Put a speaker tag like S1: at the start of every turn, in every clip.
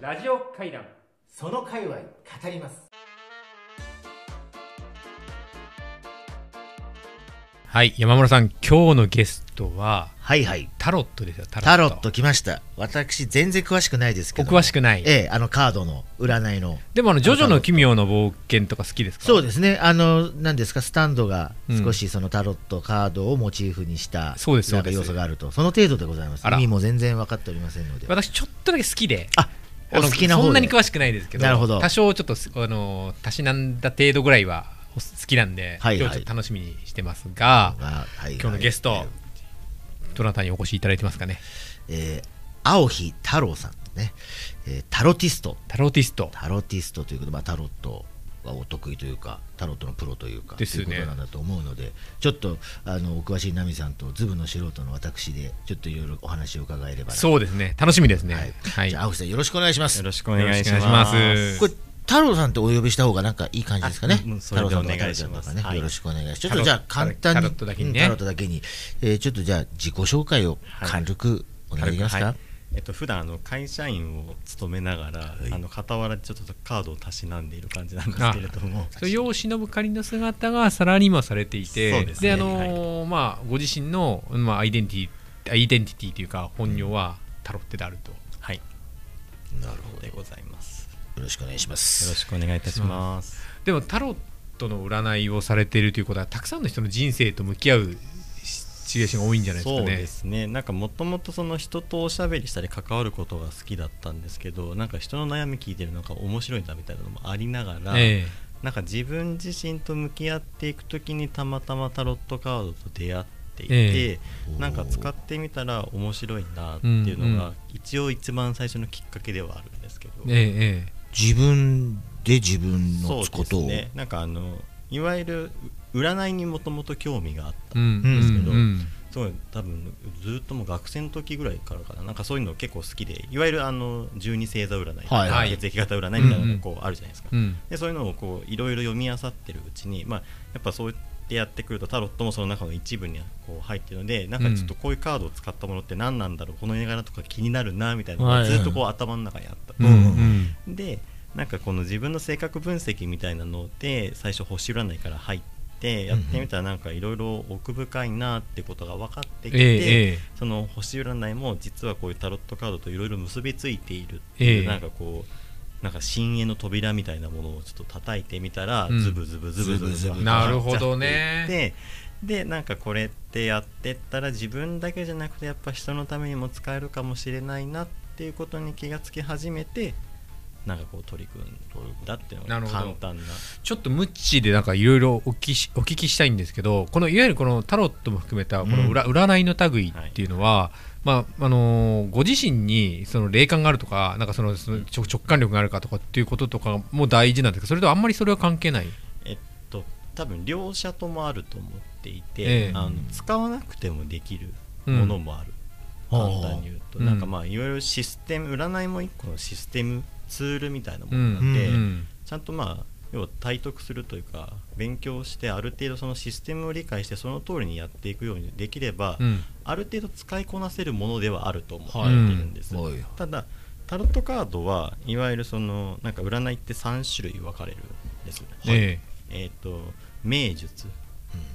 S1: ラジオ会談
S2: その界隈語ります
S3: はい、山村さん、今日のゲストは
S2: はいはい
S3: タロットですよ、タ
S2: タロット来ました私全然詳しくないですけ
S3: お
S2: ど
S3: 詳しくない。
S2: ええあのカードの占いの
S3: でもあの、ジョジョの奇妙な冒険とか好きですか
S2: そう
S3: で
S2: ですねあの何ですかスタンドが少しそのタロットカードをモチーフにした
S3: そうです
S2: なんか
S3: そう
S2: 要
S3: です
S2: 素があるとその程度でございます
S3: あら
S2: 意味も全然分かっておりませんので
S3: 私、ちょっとだけ好きで、
S2: あお
S3: あの
S2: 好きな方で
S3: そんなに詳しくないですけど、
S2: なるほど
S3: 多少ちょっとす、あの、たしなんだ程度ぐらいはお好きなんで、
S2: はいはい
S3: 今日ちょっと楽しみにしてますが、
S2: あはい
S3: 今日のゲスト、
S2: はい
S3: どなたにお越しいただいてますかね。
S2: えー青木太郎さんね、えータロティスト
S3: タローティスト。
S2: タロティストということで、まあ、タロットがお得意というかタロットのプロというか
S3: ですね
S2: ということなんだと思うのでちょっとあのお詳しいナミさんとズブの素人の私でちょっといろいろお話を伺えればな
S3: そうですね、楽しみですね。
S2: はい、
S3: はい。
S2: じゃあ青木さんよろしくお願いします
S4: よろ
S2: し
S4: しくお願いし
S3: よろしくお願い
S4: ま
S3: し
S4: す。
S3: ます
S2: これ太郎さんってお呼びした方がなんかいい感じですかね
S4: あうんそ
S2: 太
S4: れ
S2: 郎さん
S4: でお
S2: とか
S4: 願いします
S2: 太郎さんとかね
S4: はい
S2: よろしくお願いしますちょっとじゃあ
S3: タロ
S2: 簡単
S3: タ
S2: に
S3: ロットだけにね
S2: うんタロットだけに、えーちょっとじゃあ自己紹介を軽くお願いできますか、
S4: はいえっと普段あの会社員を務めながら、あの傍らちょっとカードをたしなんでいる感じなんですけれども、
S3: そう世を忍ぶ仮の姿がサラリーマンをされていて
S4: そうですね
S3: あのーまあ、ご自身の、まあ、アイデンティアイデンティティというか本名はタロットであると、
S4: はい、
S2: なるほど
S4: でございます。
S2: よろしくお願いしま
S4: よろ
S2: す
S4: しくお願いいたします。
S3: でもタロットの占いをされているということはたくさんの人の人生と向き合うシチュエーションが多いんじゃないです
S4: そ
S3: か
S4: う
S3: ね
S4: ですねなんかもともとその人とおしゃべりしたり関わることが好きだったんですけどなんか人の悩み聞いてるのが面白いんだみたいなのもありながら、
S3: え
S4: なんか自分自身と向き合っていくときにたまたまタロットカードと出会っていて、
S3: え
S2: え
S4: なんか使ってみたら面白いなっていうの
S3: うんう
S4: が一応一番最初のきっかけではあるんですけど、
S3: えええ
S2: 自分で自分
S4: そ
S2: の
S4: う
S2: こ
S4: です
S2: とを、
S4: ねなんかあのいわゆる占いにもともと興味があった、
S3: うん
S2: う
S3: う
S2: ん
S3: ん
S4: う
S3: うんん
S4: すごい多分ずっともう学生の時ぐらいからかななんかそういうの結構好きでいわゆるあの十二星座占いとか、
S2: はいはい
S4: 血液型占いみたいなのがこうあるじゃないですか、
S3: うん
S4: でそういうのをこういろいろ読み漁ってるうちに、まあ、やっぱそうやってやってくるとタロットもその中の一部にこう入ってるのでなんかちょっとこういうカードを使ったものって何なんだろうこの絵柄とか気になるなみたいなの
S2: は
S4: が
S2: い
S4: ずっとこう頭の中にあった、
S3: うん
S2: うん
S4: でなんかこの自分の性格分析みたいなので最初星占いから入ってやってみたらなんかいろいろ奥深いなってことが分かってきて、
S3: ええええ
S4: その星占いも実はこういうタロットカードといろいろ結びついているって
S3: え
S4: いう、
S3: え
S4: なんかこうなんか深淵の扉みたいなものをちょっと叩いてみたら、
S3: うん
S4: ズブズブズブズブズ
S2: ズブズ
S4: ブ
S2: ブ
S3: なるほどね
S4: ででなんかこれってやってったら自分だけじゃなくてやっぱ人のためにも使えるかもしれないなっていうことに気がつき始めてなんかこう取り組んだっていう
S3: な
S4: の
S3: る
S4: が
S3: ほど
S4: 簡単な
S3: ちょっとムッチーでなんかいろいろお聞きしお聞きしたいんですけどこのいわゆるこのタロットも含めたこの占,、占いの類っていうのは、まああのーご自身にその霊感があるとかなんかそのその直直感力があるかとかっていうこととかも大事なんですけどそれとあんまりそれは関係ない、
S4: えっと多分両者ともあると思っていて、
S3: ええ
S4: あの使わなくてもできるものもある、
S2: うん
S4: 簡単に言うと、
S3: うん
S4: なんかまあいわゆるシステム占いも一個のシステムツールみたいなものな
S3: うん
S4: で、
S3: ん
S4: ちゃんとまあ要は体得するというか勉強してある程度そのシステムを理解してその通りにやっていくようにできれば、
S3: うん
S4: ある程度使いこなせるものではあると思ってい
S3: はい
S4: るんです、
S2: うんおい
S4: ただタロットカードはいわゆるそのなんか占いって3種類分かれるんです、
S3: え
S4: えっ、と名術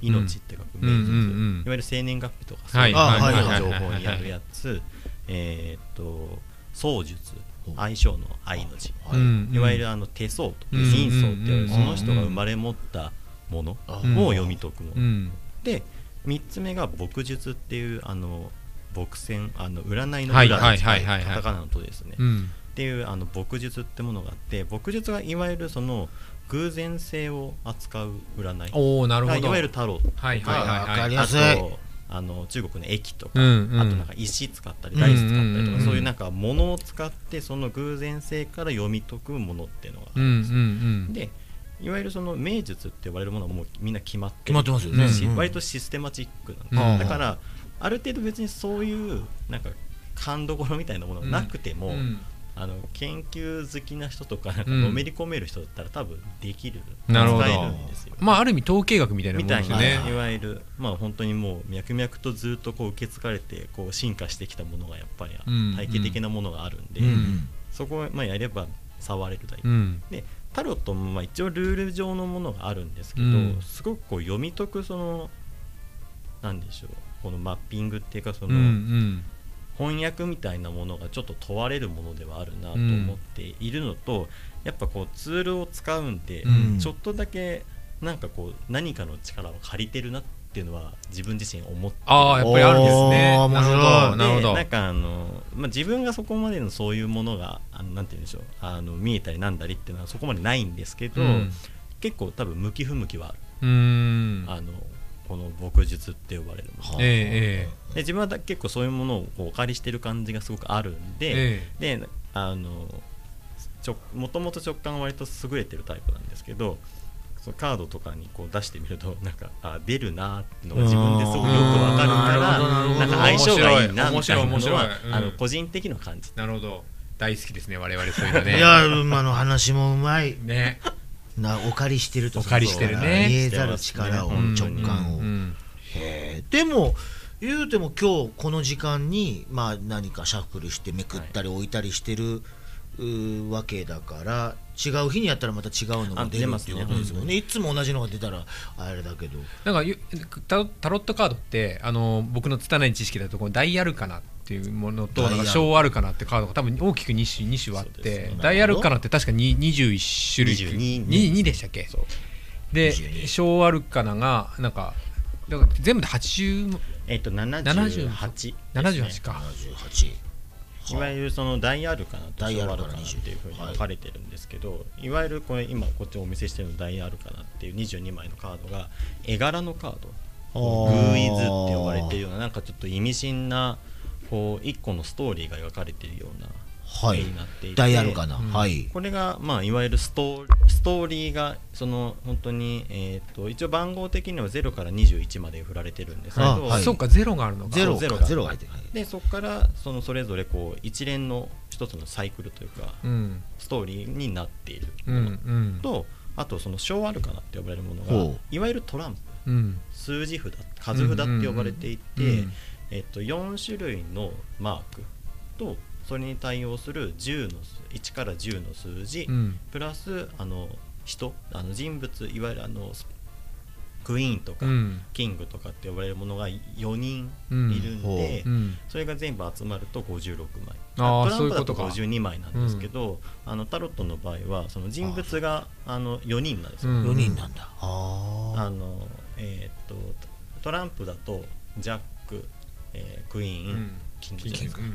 S4: 命って書く名
S3: うん
S4: 術、
S3: うんうんうん
S4: いわゆる生年月日とか
S3: はい
S4: そういう
S2: はい
S4: の
S2: はい
S4: 情報にやるやつえっと相術
S2: ほう
S4: 相性の愛の字、
S2: はい
S3: うん
S4: いわゆるあの手相と
S3: うん
S4: 人相ってい
S3: うん
S4: うその人が生まれ持ったもの
S2: うん
S4: を読み解くも
S3: う
S4: の
S3: ん
S4: で3つ目が牧術っていうあの牧戦あの占いの
S3: はい
S4: 裏
S3: はい
S4: です
S3: はいはいはい
S4: カタカナのとですね、
S3: うん
S4: っていうあの牧術ってものがあって牧術がいわゆるその偶然性を扱う占い
S3: おおなるほ
S4: が
S3: ど
S4: いわゆるタロットとか、
S3: はいはいはいはい
S2: わかりや
S4: あ
S2: すい
S4: とあの中国の駅とか、
S3: うんうん
S4: あとなんか石使ったり大石使ったりとか、
S3: うんうんうんうん
S4: そういうなんか物を使ってその偶然性から読み解くものっていうのがあ
S3: う
S4: る
S3: ん
S4: ん
S3: う
S4: です、
S3: ん
S4: でいわゆるその名術って呼ばれるものはもうみんな決まって
S2: 決
S4: る
S2: まってますよね、
S4: し
S2: うん
S4: 割とシステマチックなんです、
S3: うん
S4: だからある程度別にそういうなんか勘どころみたいなものがなくても、
S3: うんうん
S4: あの研究好きな人とかなんか
S3: うん
S4: のめり込める人だったら多分できる、
S3: なるほど
S4: 使えるんですよ、
S3: まあある意味統計学みたいなも
S4: み
S3: ん
S4: た
S3: で
S4: い
S3: す
S4: な、
S3: ね
S4: いわゆるまあ本当にもう脈々とずっとこう受け継がれてこう進化してきたものがやっぱり
S3: うん
S4: 体系的なものがあるんで、
S2: うん
S4: そこをまあやれば触れるだけ、
S3: うん
S4: でタロットもまあ一応ルール上のものがあるんですけど、
S3: うん
S4: すごくこう読み解くそのなんでしょうこのマッピングっていうかそ
S3: うんう
S4: の、
S3: ん
S4: 翻訳みたいなものがちょっと問われるものではあるなと思っているのと、やっぱこうツールを使うんで、
S3: うん
S4: ちょっとだけなんかこう何かの力を借りてるなっていうのは自分自身思って
S3: ああやっぱりあるんですね
S2: おー
S3: なるほ
S2: 面白
S3: どな
S2: い
S3: るほ
S4: で
S3: ど
S4: んかあの、まあ、自分がそこまでのそういうものがあのなんて言うんでしょうあの見えたりなんだりっていうのはそこまでないんですけど、
S3: うん
S4: 結構多分向き不向きはある、
S3: うん
S4: あのこの牧術って呼ばれるもの
S2: はあ
S3: ええ
S4: で自分はだ結構そういうものをこうお借りしてる感じがすごくあるんで、
S3: ええ
S4: であのちょもともと直感は割と優れてるタイプなんですけどそのカードとかにこう出してみるとなんかあ出るなーってのが自分ですごくよくわかるか
S3: うんなるほど
S4: らなんか相性がい
S3: 面白い
S4: いなみたいなのは
S3: 面白い面白いうん
S4: あの個人的には感じて
S3: なるほど大好きですね我々そういうのね
S2: いや今の話もうまい
S3: ね
S2: なお借りしてると
S3: お借りしてるね
S2: そうだな言えざる力を
S4: うん
S2: 直感を、
S3: うん
S2: へーでも言うても今日この時間に、まあ、何かシャッフルしてめくったり置いたりしてる、うーわけだから違う日にやったらまた違うのが
S4: あ
S2: 出
S4: 出
S2: る
S4: ま
S2: っ
S4: す
S2: て
S4: ね
S2: いうことですもんねいつも同じのが出たらあれだけど
S3: なんかゆタロタロットカードってあの僕の拙い知識だとこのダイアルカナっていうものと
S2: ダイ
S3: な
S2: アル
S3: んか小アルカナってカードが多分大きく2種 ,2 種あっ
S4: そう
S3: て
S4: ですねな
S2: るほど
S3: ダイアルカナって確かに21種類
S4: 22
S3: 2でしたっけ
S4: そう
S3: で
S2: 22
S3: 小アルカナがなんかだから全部で80
S4: えっと
S3: 78
S4: 78で
S3: 78
S4: す、ね、
S3: か、
S2: 78
S4: いわゆるその大アルカナと
S2: 大
S4: 小
S2: ア
S4: ア
S2: ル
S4: ル
S2: カ
S4: カ
S2: ナ
S4: ナっていうふうに分かれてるんですけど、い、わゆるこれ今こっちお見せしてるの大アルカナっていう22枚のカードが絵柄のカードグーイズって呼ばれてるようななんかちょっと意味深なこう一個のストーリーが描かれてるような
S2: はい
S4: 絵になっていて
S2: ダイアルかな、
S3: うん
S2: はい
S4: これがまあいわゆるストーストーリーがその本当にえーと一応番号的には0から21まで振られてるんですけど、
S2: あはい
S3: そうかゼロがあるのか
S2: ゼロ
S4: ゼロ
S2: か
S4: だ
S2: ゼロが入ってる、はい
S4: でそこからそのそれぞれこう一連の一つのサイクルというか、
S3: うん
S4: ストーリーになっている
S3: うん
S4: もの
S3: うん
S4: と、あとその小アルカナって呼ばれるもの
S2: ほ
S4: が
S2: う
S4: いわゆるトランプ
S3: うん
S4: 数字札数札って呼ばれていて、
S3: うん
S4: えっと、4種類のマークとそれに対応する10の数1から10の数字、
S3: うん
S4: プラスあの人あの人物いわゆるあのスクイーンとか、
S3: うん
S4: キングとかって呼ばれるものが4人
S3: うん
S4: いるん
S2: ほ
S4: で、
S2: う
S3: うん
S4: それが全部集まると56枚
S3: あー
S4: トランプだと
S3: そういうことか
S4: 52枚なんですけどあのタロットの場合はその人物があの4人なんですよ、
S3: うん
S2: 4人なんだ、あ
S4: あ
S2: あ
S4: のえーっとトランプだとジャック、えークイーン、
S3: うん
S4: キング
S3: キン
S4: じゃないです
S3: グ
S4: か、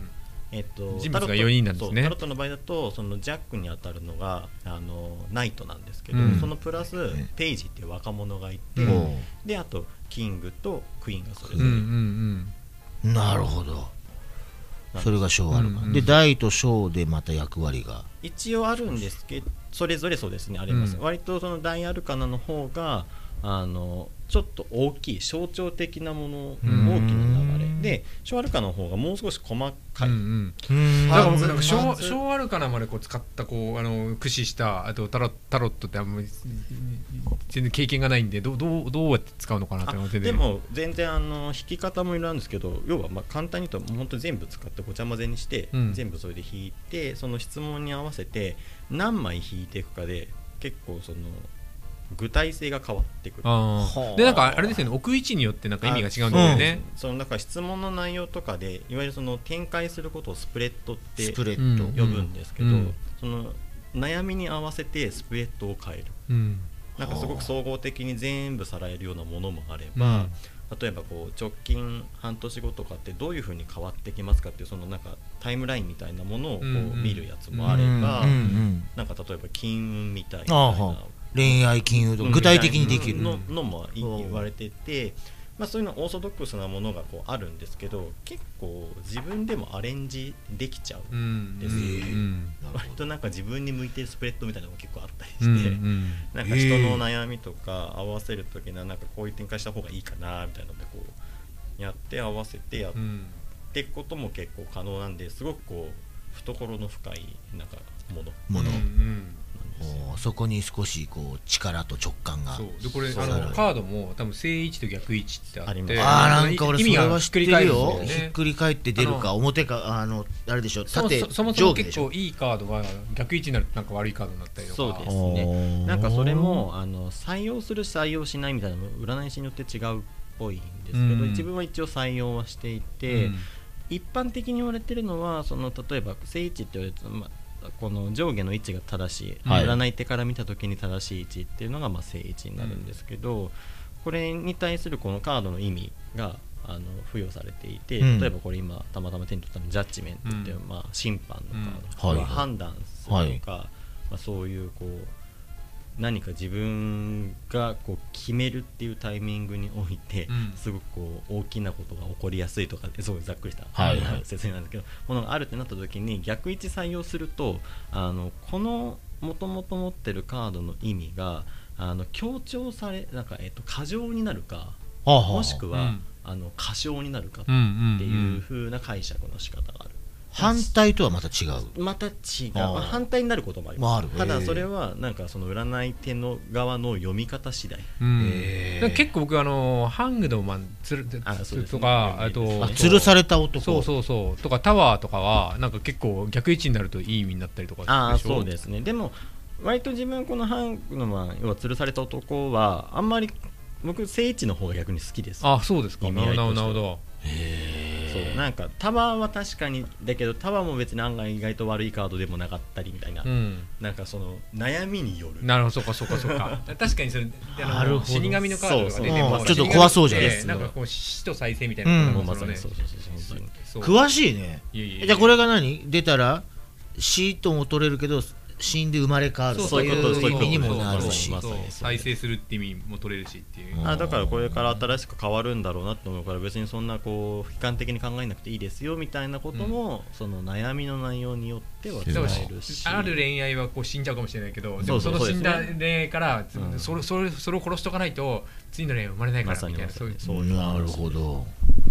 S4: えーっと
S3: 人物が
S4: タロット
S3: 4人なんですね
S4: そうタロットの場合だとそのジャックに当たるのがあのナイトなんですけど、
S3: うん
S4: そのプラス
S2: ね
S4: ペイジっていう若者がいて、
S3: う
S2: ほ
S3: ん
S4: であとキングとクイーンがそれ
S3: うん
S4: ぞ
S3: う
S4: れ、
S3: ん
S2: うなるほどそれが小あるか
S3: うんうん
S2: で大と小でまた役割が
S4: 一応あるんですけどそれぞれそうですねあります、
S3: うん
S4: 割とその大アルカナの方があのちょっと大きい象徴的なもの大きな流れで小アルカナの方がもう少し細
S3: うんう
S4: かい、
S3: んうん
S2: うん
S3: だから僕なん
S4: あ
S3: か
S4: ま
S3: 小
S4: ず
S3: 小アルカナまでこう使ったこうあの駆使したあとタロタロットってあんまり全然経験がないんでどうどうどうやって使うのかなって
S4: あ
S3: 思って
S4: でも全然あの弾き方もいろいろあるんですけど要はまあ簡単に言うと本当に全部使ってごちゃ混ぜにして、
S3: うん
S4: 全部それで弾いてその質問に合わせて何枚弾いていくかで結構その具体性が変わってくる
S3: あ
S2: はあ
S3: ーでなんかあれですよね置く位置によってなんか意味が違うんだよね
S4: そのだから質問の内容とかでいわゆるその展開することをスプレッドって
S2: スプレッド、
S3: うん
S4: 呼ぶんですけど、
S3: うん
S4: その悩みに合わせてスプレッドを変える
S3: うん
S4: なんかすごく総合的に全部さらえるようなものもあれば、
S3: ま
S4: 例えばこう直近半年後とかってどういうふうに変わってきますかっていうそのなんかタイムラインみたいなものをこう
S3: うんうん
S4: 見るやつもあれば、
S2: うんうん
S4: なんか例えば金運みたい
S2: ああ
S4: な
S2: はあ恋愛金融とか
S3: うん
S2: 具体的にでき
S3: うん
S2: る
S4: ののもい
S2: うん
S4: 言われてて、まあ、そういうのオーソドックスなものがこうあるんですけど結構自分でもアレンジできちゃう、
S3: うんうん
S4: です
S2: よ
S3: うん
S2: なる
S4: 割
S2: ほど
S4: となんか自分に向いてるスプレッドみたいなのも結構あったりして、
S3: うんうん
S4: なんか人の悩みとか合わせる時のなんかこういう展開した方がいいかなみたいなのでこうやって合わせてやっ
S3: うん
S4: ていくことも結構可能なんですごくこう懐の深いなんかもの
S2: もの
S3: うん
S2: おーそこに少しこう力と直感が
S3: そうでこれ
S2: そう
S3: あ
S2: な
S3: の
S2: る
S3: カードも多分正位置と逆位置ってあっ
S4: ありま
S3: て
S4: す
S2: あーなんか俺そ
S3: 意味
S2: れ
S3: が
S2: は
S3: ひっ
S2: 知っ
S3: く
S2: て
S3: り返
S2: る
S3: るん
S2: よ
S3: です
S2: ひ
S3: よ
S2: っ
S3: ね
S2: くり返って出る
S3: あ
S2: か表かあのあれでしょ
S3: そも
S2: 縦
S3: そそもそ
S2: 上
S3: も
S2: 下でし
S3: 結
S2: ょ
S3: 構いいカードが逆位置になるとなんか悪いカードになったりとか
S4: そうです
S2: おー
S4: ねなんかそれもあの採用する採用しないみたいなのも占い師によって違うっぽいんですけど、
S3: うん
S4: 自分は一応採用はしていて、
S3: うん
S4: 一般的に言われてるのはその例えば正位置って言われると、まあ、この上下の位置が正しい、
S3: はい
S4: 占い手から見た時に正しい位置っていうのがまあ正位置になるんですけど、これに対するこのカードの意味があの付与されていて、
S2: うん
S4: 例えばこれ今たまたま手に取ったのジャッジメントっていう、
S3: うん
S4: まあ、審判のカード、
S2: うんはい
S4: まあ判断するとか、まあ、そういうこう何か自分がこう決めるっていうタイミングにおいて、
S3: うん
S4: すごくこう大きなことが起こりやすいとかすごいざっくりした
S2: はいはい
S4: 説明なんですけどものがあるってなった時に逆位置採用するとあのこのもともと持ってるカードの意味があの強調されなんか、えっと過剰になるか
S2: はあはあ
S4: もしくは、
S3: うん
S4: あの過小になるかっ
S3: うんうん
S4: て
S3: ん
S4: いう風な解釈の仕方がある。
S2: 反対とはまた違う
S4: また違う、
S2: あー
S4: まあ反対になることもあり
S2: まああ
S4: ま
S2: る
S4: す、
S2: ね
S4: ただそれはなんかその占い手の側の読み方次第
S3: うん
S2: えー
S3: なんか結構僕あのハングドマンつる
S4: あそうです
S3: と
S4: ね
S3: かあ
S4: 有名
S3: と
S2: あ
S4: ですね
S2: 吊るされた男
S3: そうそうそうとかタワーとかはなんか結構逆位置になるといい意味になったりとか
S4: ああ
S3: しょ
S4: そうですねでも割と自分このハンのまあ要は吊るされた男はあんまり僕正位置の方が逆に好きです
S3: あそうですか
S4: 意
S3: な
S4: 味
S3: る
S4: 合
S3: ほ
S4: いと
S3: どなる
S4: しては
S3: ほど
S4: そうなんかタワーは確かにだけどタワーも別に案外意外と悪いカードでもなかったりみたいな、
S3: うん
S4: なんかその悩みによる
S3: なるほどそうかそうかそう か確かにそれあの
S2: なるほど
S3: 死神のカードとか
S4: そう
S3: ね
S4: そう
S3: でも
S4: うん
S2: ちょっと怖そうじゃない
S3: 死神ってなんかこう死と再生みたいなこと
S2: うん
S4: も
S3: な
S4: うん
S3: で
S4: ますさ
S3: よ
S4: に
S3: ね
S4: そうそうそうそう本
S3: そう
S2: 詳しいね
S3: いやいやいや
S2: じゃあこれが何出たら死とも取れるけど死んで生まれ変わる
S3: そう
S2: と
S4: そう
S2: い
S4: いうこと
S2: う意味にもなる
S4: そう
S2: し
S4: まさに
S3: 再生するって意味も取れるしっていう
S2: う
S4: 当に
S2: ん
S4: あだからこれから新しく変わるんだろうなと思うから別にそんなこう悲観的に考えなくていいですよみたいなことも、その悩みの内容によって
S3: だ
S4: は伝
S3: から
S4: えるし
S3: ある恋愛はこう死んじゃうかもしれないけどで
S4: そ
S3: も
S4: うそ
S3: そうの死んだ
S4: そうです
S3: 恋愛から
S4: うん
S3: それそれそれを殺しとかないと次の恋愛は生まれないか
S4: ま
S3: ら
S4: さ
S3: み
S4: に
S3: たい
S4: ま
S3: な
S4: さ
S3: そうい
S4: に
S3: う
S4: そういう話
S2: なるほど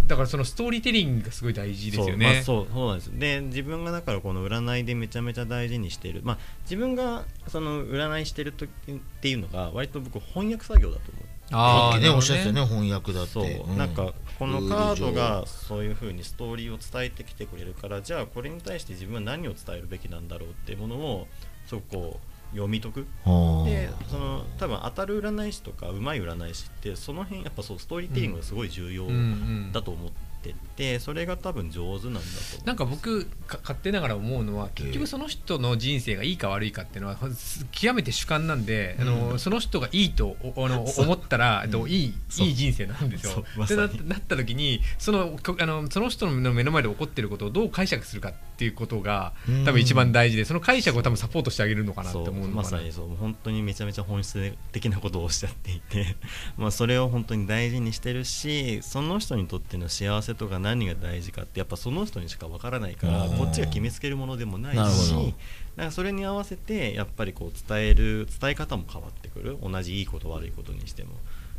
S3: だからそのストーリーテリングがすごい大事ですよね。
S4: そう,、まあ、そうそうなんですで自分がだからこの占いでめちゃめちゃ大事にしてる、まあ、自分がその占いしてる時っていうのが割と僕翻訳作業だと思う
S2: さっきね
S3: なるほど
S2: おっしゃってたよね翻訳だって
S4: そう、
S2: うん
S4: なんかこのカードがそういうふうにストーリーを伝えてきてくれるからじゃあこれに対して自分は何を伝えるべきなんだろうっていうものをそこう読み解く
S2: ルール上
S4: でその多分当たる占い師とかうまい占い師ってその辺やっぱそうストーリーテリングがすごい重要
S3: うんうん
S4: だと思っててそれが多分上手なんだと思う
S3: なんか僕か勝手ながら思うのは結局その人の人生がいいか悪いかっていうのはほんす極めて主観なんで、あのその人がいいとおあの
S4: そう
S3: 思ったら、えっと
S4: うん
S3: いい
S4: そう
S3: いい人生なんですよ
S4: そう。ま
S3: って
S4: さに
S3: ななった時にそのこあのその人の目の前で起こってることをどう解釈するかっていうことが
S2: うん
S3: 多分一番大事でその解釈を多分サポートしてあげるのかなって
S4: そ
S3: 思
S4: う
S3: うの
S4: ま
S3: かな
S4: さにそう本当にめちゃめちゃ本質的なことをおっしゃっていて まあそれを本当に大事にしてるしその人にとっての幸せとか何が大事かってやっぱその人にしかわからないから
S2: うん
S4: こっちが決めつけるものでもない
S2: なる
S4: し
S2: ほど
S4: なんかそれに合わせてやっぱりこう伝える伝え方も変わってくる同じいいこと悪いことにしても。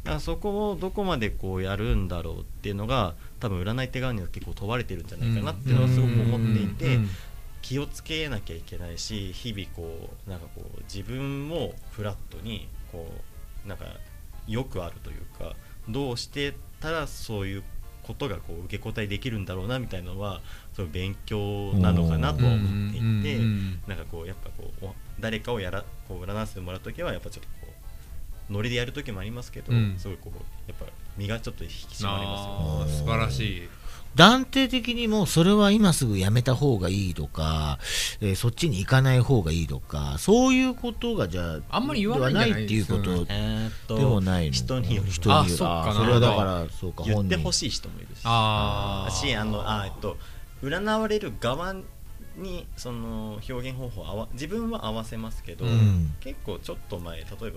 S4: だからそこをどこまでこうやるんだろうっていうのが多分占い手側には結構問われてるんじゃないかなっていうのはすごく思っていて、
S3: うんうん
S4: 気をつけなきゃいけないし日々こうなんかこう自分もフラットにこうなんかよくあるというかどうしてたらそういうことがこう受け答えできるんだろうなみたいなのはそういう勉強なのかなとは思っていて、
S3: うんうんうんうん
S4: なんかこうやっぱこうお誰かをやらこう占わせてもらう時はやっぱちょっとこうノリでやる時もありますけど、
S3: うん
S4: すごいこうやっぱ身がちょっと引き締まりますよ
S3: あ
S4: ね。
S3: ー素晴らしい。
S2: 断定的にもうそれは今すぐやめた方がいいとか、えーそっちに行かない方がいいとかそういうことがじゃあ
S3: あんまり言わないんじゃない
S2: ではないっていうこと
S3: うん
S2: で
S4: えーっと
S2: もないの
S4: 人による
S2: 人によ
S3: あそっか
S2: あそれはだからそうか
S4: 言っ
S2: 本
S4: てほ
S2: 人
S4: しい人もいるし
S3: あー
S4: しあのあえっと占われる側にその表現方法を合わ自分は合わせますけど、
S2: うん
S4: 結構ちょっと前例えばあの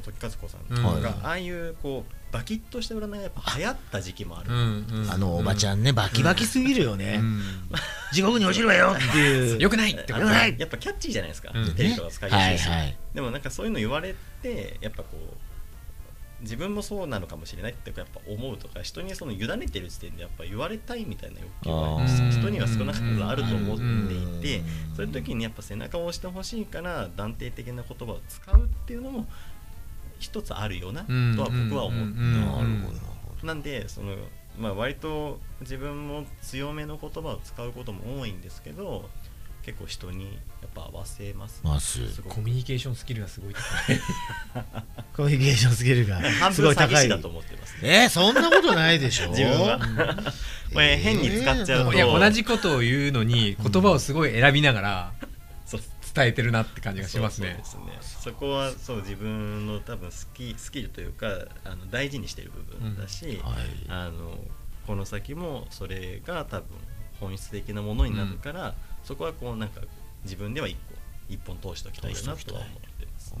S4: 仏和子さん
S3: うん
S4: が、
S2: はい
S4: ああいうこうバキッとした占いがやっぱ流行った時期もある、
S3: うんうん
S2: あのおばちゃんね、バキバキすぎるよね、
S3: う
S2: 地獄に落ちるわよってい
S3: ん
S2: う
S3: よくないってこ
S4: あ
S3: と
S4: の
S2: よくない
S4: やっぱキャッチーじゃないですか、
S3: うん
S4: テレビとか使いやすいし、
S2: はいはい
S4: でもなんかそういうの言われてやっぱこう自分もそうなのかもしれないってやっぱ思うとか人にその委ねてる時点でやっぱ言われたいみたいな欲求
S3: あ
S4: は
S3: ー
S4: 人には少なからずあると思っていて
S2: うん
S4: そういう時にやっぱ背中を押してほしいから断定的な言葉を使うっていうのも一つあるよなとは僕は思って
S3: うん
S2: なるほどなるほど
S4: なんでその、まあ、割と自分も強めの言葉を使うことも多いんですけど結構人にやっぱ合わせますね
S2: ます
S4: すごく
S3: コミュニケーションスキルがすごい
S2: コミュニケーションスキルが
S4: 半
S2: す
S4: 分
S2: ごい
S4: 詐欺
S2: 高い
S4: 師だ と思ってますね
S2: えー、そんなことないでしょ
S4: 自分 は
S2: うん
S4: これ変に使っちゃう と
S3: いや同じことを言うのに言葉をすごい選びながら
S4: そう
S3: 伝えてるなって感じがしますね
S4: そうそうですねそこはそう自分の多分スキスキルというかあの大事にしてる部分だし、
S2: はい
S4: あのこの先もそれが多分本質的なものになるから、そこはこうなんか自分では一個一本通しておきたいなとは思ってます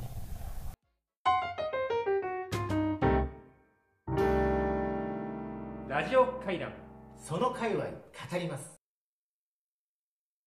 S3: ラジオ会談
S1: その界隈語ります